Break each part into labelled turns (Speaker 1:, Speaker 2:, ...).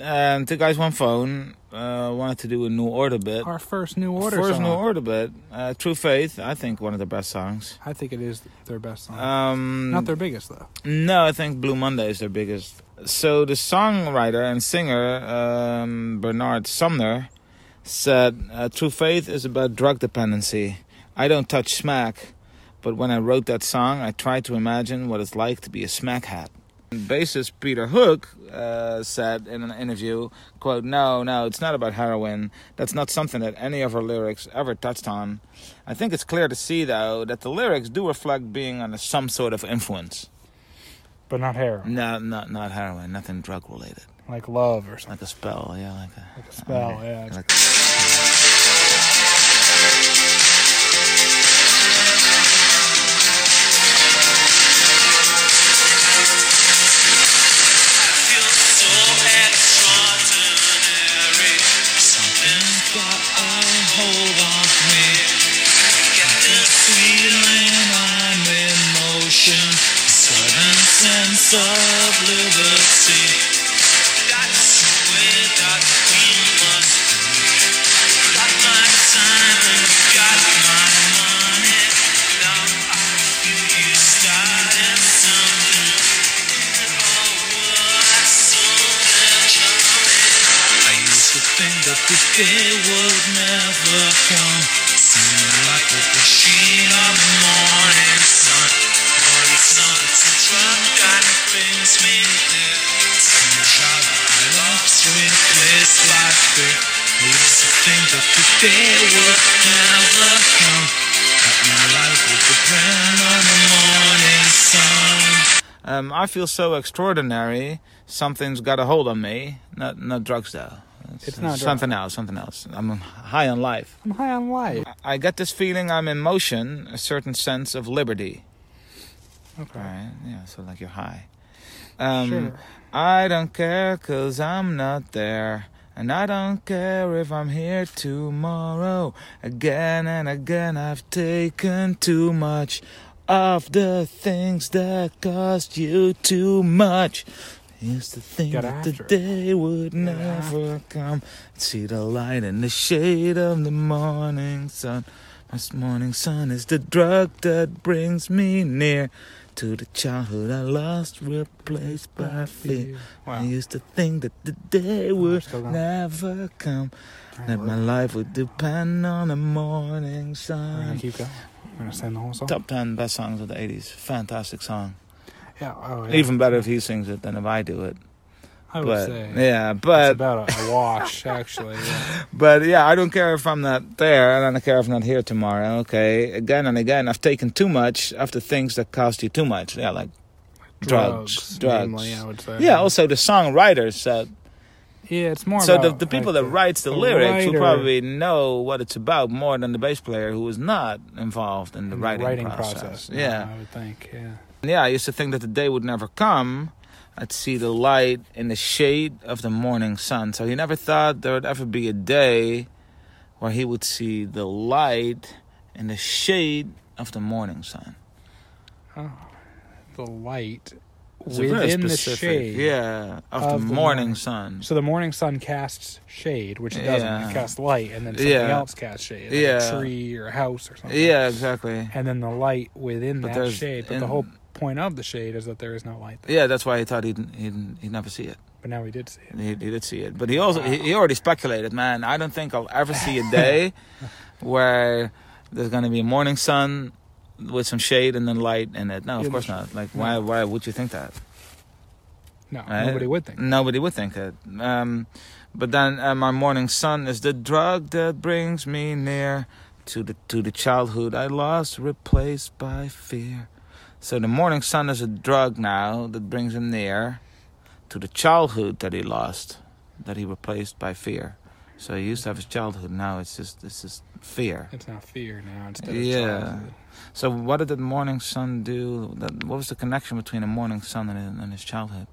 Speaker 1: Um, two guys, one phone. Uh, wanted to do a new order bit.
Speaker 2: Our first New Order
Speaker 1: First
Speaker 2: song.
Speaker 1: new order bit. Uh, True Faith. I think one of the best songs.
Speaker 2: I think it is their best song.
Speaker 1: Um,
Speaker 2: Not their biggest though.
Speaker 1: No, I think Blue Monday is their biggest. So the songwriter and singer um, Bernard Sumner said, uh, "True Faith is about drug dependency. I don't touch smack, but when I wrote that song, I tried to imagine what it's like to be a smack hat." And bassist Peter Hook uh, said in an interview, "Quote: No, no, it's not about heroin. That's not something that any of her lyrics ever touched on. I think it's clear to see, though, that the lyrics do reflect being under some sort of influence."
Speaker 2: But not heroin.
Speaker 1: No, not not heroin. Nothing drug related.
Speaker 2: Like love or something.
Speaker 1: Like a spell. Yeah, like a.
Speaker 2: Like a spell, yeah.
Speaker 1: Like,
Speaker 3: Of liberty, that's where that we must Got my time, got my money. Now I feel you started something. I used to think that the day would never come. Seemed like a machine of the morning sun. Morning sun, it's a drug that brings me there. Some child I love's replaced by fear. I used to think that the day would never come. That my life would depend on the morning sun.
Speaker 1: um, I feel so extraordinary. Something's got a hold on me. Not not drugs though.
Speaker 2: It's not drugs.
Speaker 1: something else. Something else. I'm high on life.
Speaker 2: I'm high on life.
Speaker 1: I get this feeling I'm in motion, a certain sense of liberty.
Speaker 2: Okay.
Speaker 1: Right? Yeah. So like you're high. Um,
Speaker 2: Sure.
Speaker 1: I don't care cause I'm not there. And I don't care if I'm here tomorrow. Again and again, I've taken too much of the things that cost you too much. Used to think
Speaker 2: Get
Speaker 1: that the
Speaker 2: after it.
Speaker 1: day would never come. See the light in the shade of the morning sun. This morning sun is the drug that brings me near to the childhood I lost, replaced by fear. I
Speaker 2: Wow.
Speaker 1: used to think that the day
Speaker 2: we're
Speaker 1: would
Speaker 2: still going.
Speaker 1: never come, that my
Speaker 2: We're
Speaker 1: life would depend on the morning
Speaker 2: gonna
Speaker 1: sun.
Speaker 2: keep going. We're gonna sing the whole song.
Speaker 1: Top 10 best songs of the 80s. Fantastic song.
Speaker 2: Yeah. Oh, yeah.
Speaker 1: Even better if he sings it than if I do it.
Speaker 2: I would
Speaker 1: But
Speaker 2: say.
Speaker 1: yeah,
Speaker 2: It's
Speaker 1: but
Speaker 2: about a, a wash, actually. Yeah.
Speaker 1: but yeah, I don't care if I'm not there, and I don't care if I'm not here tomorrow. Okay, again and again, I've taken too much of the things that cost you too much. Yeah, like drugs, drugs.
Speaker 2: Mainly, I would say.
Speaker 1: yeah, also the songwriters said
Speaker 2: Yeah, it's more.
Speaker 1: So the,
Speaker 2: about,
Speaker 1: the people
Speaker 2: like,
Speaker 1: that writes the,
Speaker 2: the
Speaker 1: lyrics will
Speaker 2: writer-
Speaker 1: probably know what it's about more than the bass player who is not involved in the
Speaker 2: the
Speaker 1: writing, process. Yeah.
Speaker 2: I would think. Yeah.
Speaker 1: Yeah, I used to think that the day would never come. I'd see the light in the shade of the morning sun. So he never thought there would ever be a day where he would see the light in the shade of the morning sun.
Speaker 2: The light
Speaker 1: It's a very
Speaker 2: within the
Speaker 1: specific-
Speaker 2: shade.
Speaker 1: Yeah, of, the,
Speaker 2: of
Speaker 1: morning,
Speaker 2: the morning.
Speaker 1: sun.
Speaker 2: So the morning sun casts shade, which it doesn't.
Speaker 1: Yeah.
Speaker 2: It casts light, and then something
Speaker 1: Yeah.
Speaker 2: else casts shade, like
Speaker 1: Yeah.
Speaker 2: a tree or a house or something.
Speaker 1: Yeah, exactly.
Speaker 2: And then the light within
Speaker 1: But
Speaker 2: that
Speaker 1: there's-
Speaker 2: shade. But the
Speaker 1: and-
Speaker 2: whole point of the shade is that there is no light. There.
Speaker 1: Yeah, that's why he thought he'd, he'd, he'd never see it.
Speaker 2: But now we did see it.
Speaker 1: He, he did see it, but he also he, he already speculated, man. I don't think I'll ever see a day where there's gonna be a morning sun with some shade and then light in it. No, of
Speaker 2: Yeah,
Speaker 1: course not. Like why why would you think that?
Speaker 2: No,
Speaker 1: right?
Speaker 2: nobody would think.
Speaker 1: Nobody would think it. Um, but then uh, my morning sun is the drug that brings me near to the to the childhood I lost, replaced by fear. So the morning sun is a drug now that brings him near to the childhood that he lost, that he replaced by fear. So he used to have his childhood. Now it's just it's just fear.
Speaker 2: It's not fear now. Instead of
Speaker 1: Yeah.
Speaker 2: childhood.
Speaker 1: So what did the morning sun do? That, what was the connection between the morning sun and, and his childhood?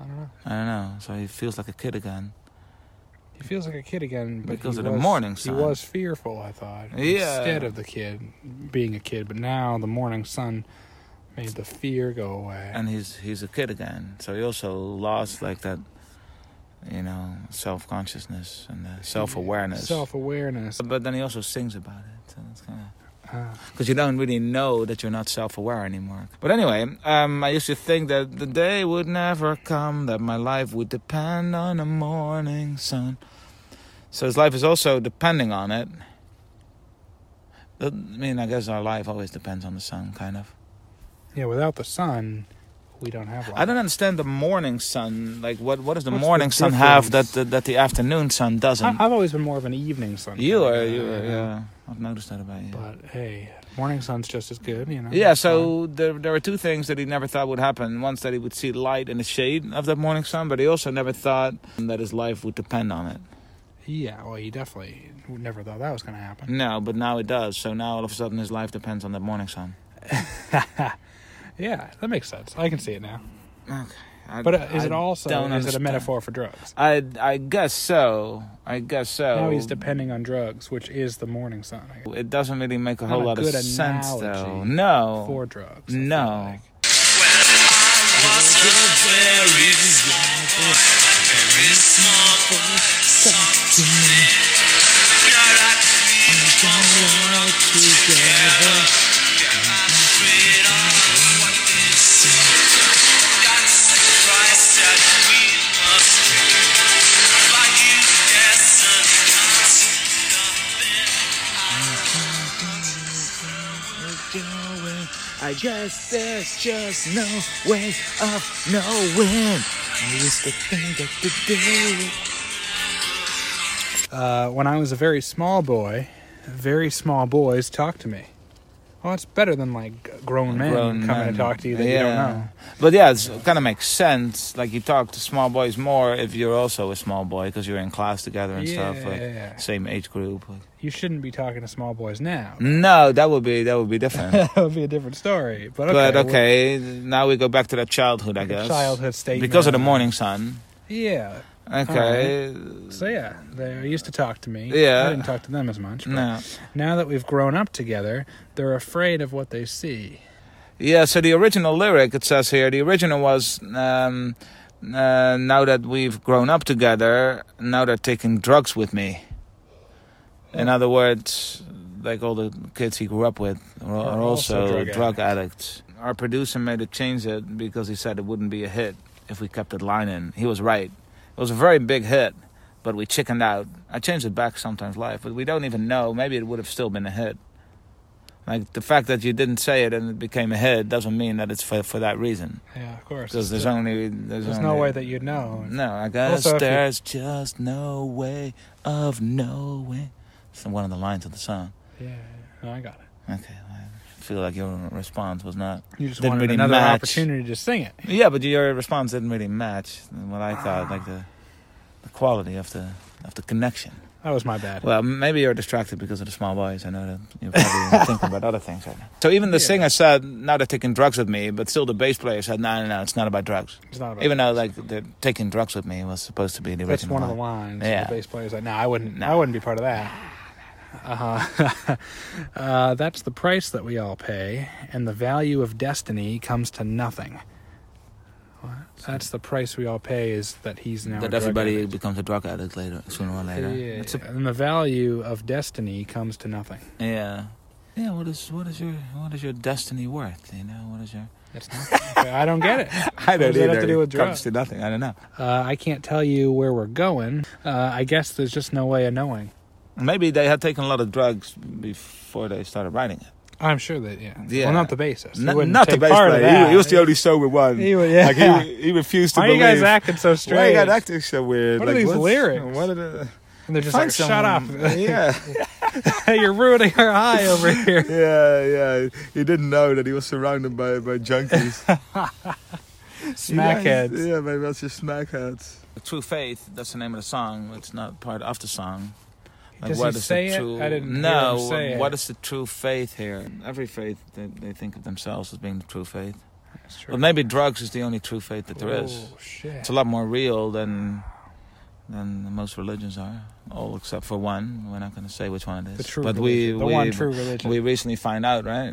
Speaker 2: I don't know.
Speaker 1: I don't know. So he feels like a kid again.
Speaker 2: He feels like a kid again, but
Speaker 1: Because
Speaker 2: he
Speaker 1: of the
Speaker 2: was,
Speaker 1: morning sun.
Speaker 2: He was fearful, I thought.
Speaker 1: Yeah.
Speaker 2: Instead of the kid being a kid, but now the morning sun made the fear go away.
Speaker 1: and he's he's a kid again. So he also lost like that, you know, self consciousness and uh, self awareness.
Speaker 2: Self awareness.
Speaker 1: But then he also sings about it. So it's kind of
Speaker 2: Uh,
Speaker 1: because you don't really know that you're not self-aware anymore. But anyway, um, I used to think that the day would never come that my life would depend on a morning sun. So his life is also depending on it. That- I mean, I guess our life always depends on the sun, kind of.
Speaker 2: yeah, without the sun, we don't have life.
Speaker 1: I don't understand the morning sun. Like, what what does the
Speaker 2: What's the
Speaker 1: morning sun have that
Speaker 2: difference?
Speaker 1: the, that the afternoon sun doesn't?
Speaker 2: I, I've always been more of an evening sun.
Speaker 1: you
Speaker 2: kind of
Speaker 1: are,
Speaker 2: guy,
Speaker 1: you are,
Speaker 2: know?
Speaker 1: yeah. I've noticed that about you.
Speaker 2: But hey, morning sun's just as good, you know.
Speaker 1: Yeah,
Speaker 2: it's fine.
Speaker 1: so there there were two things that he never thought would happen. Once that he would see light in the shade of that morning sun, but he also never thought that his life would depend on it.
Speaker 2: yeah, well, you definitely never thought that was going to happen.
Speaker 1: No, but now it does. So now all of a sudden his life depends on that morning sun.
Speaker 2: Yeah, that makes sense. I can see it now.
Speaker 1: I-
Speaker 2: But uh, is
Speaker 1: I
Speaker 2: it also is
Speaker 1: don't
Speaker 2: it a
Speaker 1: understand.
Speaker 2: metaphor for drugs?
Speaker 1: I I guess so. I guess so.
Speaker 2: Now he's depending on drugs, which is the morning sun I guess,
Speaker 1: It doesn't really make a
Speaker 2: Not
Speaker 1: whole
Speaker 2: a
Speaker 1: lot of
Speaker 2: good
Speaker 1: sense, though.
Speaker 2: analogy
Speaker 1: No.
Speaker 2: for drugs. I feel
Speaker 1: Oh. No.
Speaker 2: like.
Speaker 3: Well, I was a very small boy, very small boy. Something that I don't want together. I'm afraid of what they say. That's the price that we must pay. But you guessing, I see nothing.
Speaker 1: I guess there's just no way of knowing. I used to think that the day.
Speaker 2: Uh, when I was a very small boy, very small boys talked to me. Well, it's better than like grown men
Speaker 1: grown
Speaker 2: coming
Speaker 1: men.
Speaker 2: to talk to you that you don't know.
Speaker 1: But yeah, it kind of makes sense. Like you talk to small boys more if you're also a small boy because you're in class together and stuff, like
Speaker 2: Yeah.
Speaker 1: same age group.
Speaker 2: You shouldn't be talking to small boys now.
Speaker 1: No, that would be that would be different.
Speaker 2: that would be a different story. But okay,
Speaker 1: but okay, now we go back to that childhood, I
Speaker 2: well,
Speaker 1: guess.
Speaker 2: childhood statement
Speaker 1: Because of the morning sun.
Speaker 2: Yeah.
Speaker 1: Okay.
Speaker 2: So yeah, they used to talk to me.
Speaker 1: Yeah.
Speaker 2: I didn't talk to them as much. but
Speaker 1: No.
Speaker 2: Now that we've grown up together, they're afraid of what they see.
Speaker 1: Yeah, so the original lyric, it says here, the original was um, uh, Now that we've grown up together, now they're taking drugs with me. In other words, like all the kids he grew up with are, are
Speaker 2: Are also
Speaker 1: also,
Speaker 2: drug
Speaker 1: drug addicts. Our producer made it change it because he said it wouldn't be a hit if we kept that line in. He was right. It was a very big hit, but we chickened out. I changed it back sometimes live, but we don't even know. Maybe it would have still been a hit. Like the fact that you didn't say it and it became a hit doesn't mean that it's for, for that reason.
Speaker 2: Yeah, of course.
Speaker 1: Because there's only there's,
Speaker 2: there's
Speaker 1: only,
Speaker 2: no way that you'd know.
Speaker 1: no, I guess
Speaker 2: Also, if you-
Speaker 1: there's just no way of knowing. It's one of the lines of the song.
Speaker 2: Yeah, yeah. no, I got it.
Speaker 1: Okay, I feel like your response was not.
Speaker 2: You just
Speaker 1: Didn't
Speaker 2: wanted
Speaker 1: really
Speaker 2: another
Speaker 1: match.
Speaker 2: opportunity to sing it.
Speaker 1: Yeah, but your response didn't really match what I thought, like the the quality of the of the connection.
Speaker 2: That was my bad.
Speaker 1: Well, maybe you're distracted because of the small boys. I know that you're probably thinking about other things right now. So even the
Speaker 2: Yeah.
Speaker 1: singer said, "Now they're taking drugs with me," but still the bass player said, "No, no, no, it's not about drugs."
Speaker 2: it's not about
Speaker 1: Even though like they're taking drugs with me was supposed to be the original.
Speaker 2: that's one of the
Speaker 1: line.
Speaker 2: lines.
Speaker 1: Yeah.
Speaker 2: The bass player's like, "No, I wouldn't.
Speaker 1: No.
Speaker 2: I wouldn't be part of that." Uh-huh. uh, that's the price that we all pay, and the value of destiny comes to nothing. What? That's the price we all pay is that he's now. a
Speaker 1: that
Speaker 2: drug
Speaker 1: everybody
Speaker 2: addict.
Speaker 1: becomes a drug addict later, sooner or later.
Speaker 2: Yeah,
Speaker 1: It's a-
Speaker 2: and the value of destiny comes to nothing.
Speaker 1: yeah. Yeah, what is what is your what is your destiny worth? You know, what is your
Speaker 2: That's nothing. I don't get it.
Speaker 1: I
Speaker 2: don't does that have either. to do with
Speaker 1: Comes
Speaker 2: drugs?
Speaker 1: to nothing. I don't know.
Speaker 2: Uh, I can't tell you where we're going. Uh, I guess there's just no way of knowing.
Speaker 1: Maybe they had taken a lot of drugs before they started writing it.
Speaker 2: I'm sure that yeah.
Speaker 1: Yeah.
Speaker 2: Well, not the bassist. He
Speaker 1: Not-
Speaker 2: wouldn't
Speaker 1: not the
Speaker 2: take
Speaker 1: bass
Speaker 2: part of
Speaker 1: player. He,
Speaker 2: that.
Speaker 1: he was the only sober one.
Speaker 2: He would- yeah.
Speaker 1: Like he, he refused to
Speaker 2: Why are you
Speaker 1: believe.
Speaker 2: guys acting so strange?
Speaker 1: Why you guys acting so weird?
Speaker 2: What are these lyrics?
Speaker 1: What are the,
Speaker 2: And they're just
Speaker 1: Find
Speaker 2: like, shut up.
Speaker 1: someone- yeah,
Speaker 2: hey, you're ruining our high over here.
Speaker 1: yeah, yeah. He didn't know that he was surrounded by by junkies.
Speaker 2: Smackheads.
Speaker 1: Yeah, maybe that's just smackheads. True Faith, that's the name of the song. It's not part of the song.
Speaker 2: Does he say it? I didn't hear
Speaker 1: no,
Speaker 2: him say
Speaker 1: what
Speaker 2: it.
Speaker 1: is the true faith here? Every faith, they, they think of themselves as being the true faith.
Speaker 2: That's
Speaker 1: But maybe drugs is the only true faith that there is.
Speaker 2: Oh, shit.
Speaker 1: It's a lot more real than than most religions are, all except for one. We're not going to say which one it is.
Speaker 2: The true
Speaker 1: but
Speaker 2: religion.
Speaker 1: we
Speaker 2: the
Speaker 1: we
Speaker 2: one true religion.
Speaker 1: we
Speaker 2: We,
Speaker 1: recently find out, right?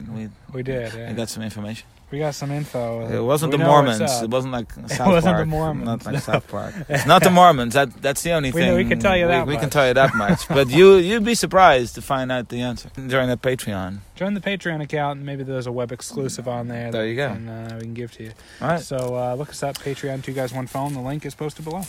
Speaker 1: We,
Speaker 2: did,
Speaker 1: we
Speaker 2: yeah.
Speaker 1: got some information.
Speaker 2: We got some info.
Speaker 1: It wasn't
Speaker 2: We
Speaker 1: the
Speaker 2: know where
Speaker 1: Mormons.
Speaker 2: it's
Speaker 1: It
Speaker 2: at.
Speaker 1: wasn't like South
Speaker 2: wasn't the
Speaker 1: Park.
Speaker 2: Mormons,
Speaker 1: Not like
Speaker 2: no.
Speaker 1: South Park. It's not the Mormons. That that's the only
Speaker 2: We
Speaker 1: thing.
Speaker 2: know- we can tell you that
Speaker 1: We, we can
Speaker 2: much.
Speaker 1: tell you that much. but you you'd be surprised to find out the answer during the Patreon.
Speaker 2: Join the Patreon account, and maybe there's a web exclusive on there.
Speaker 1: There
Speaker 2: that
Speaker 1: you go.
Speaker 2: we can, uh, we can give to you.
Speaker 1: All right.
Speaker 2: So uh, look us up, Patreon, Two Guys, One Phone. The link is posted below.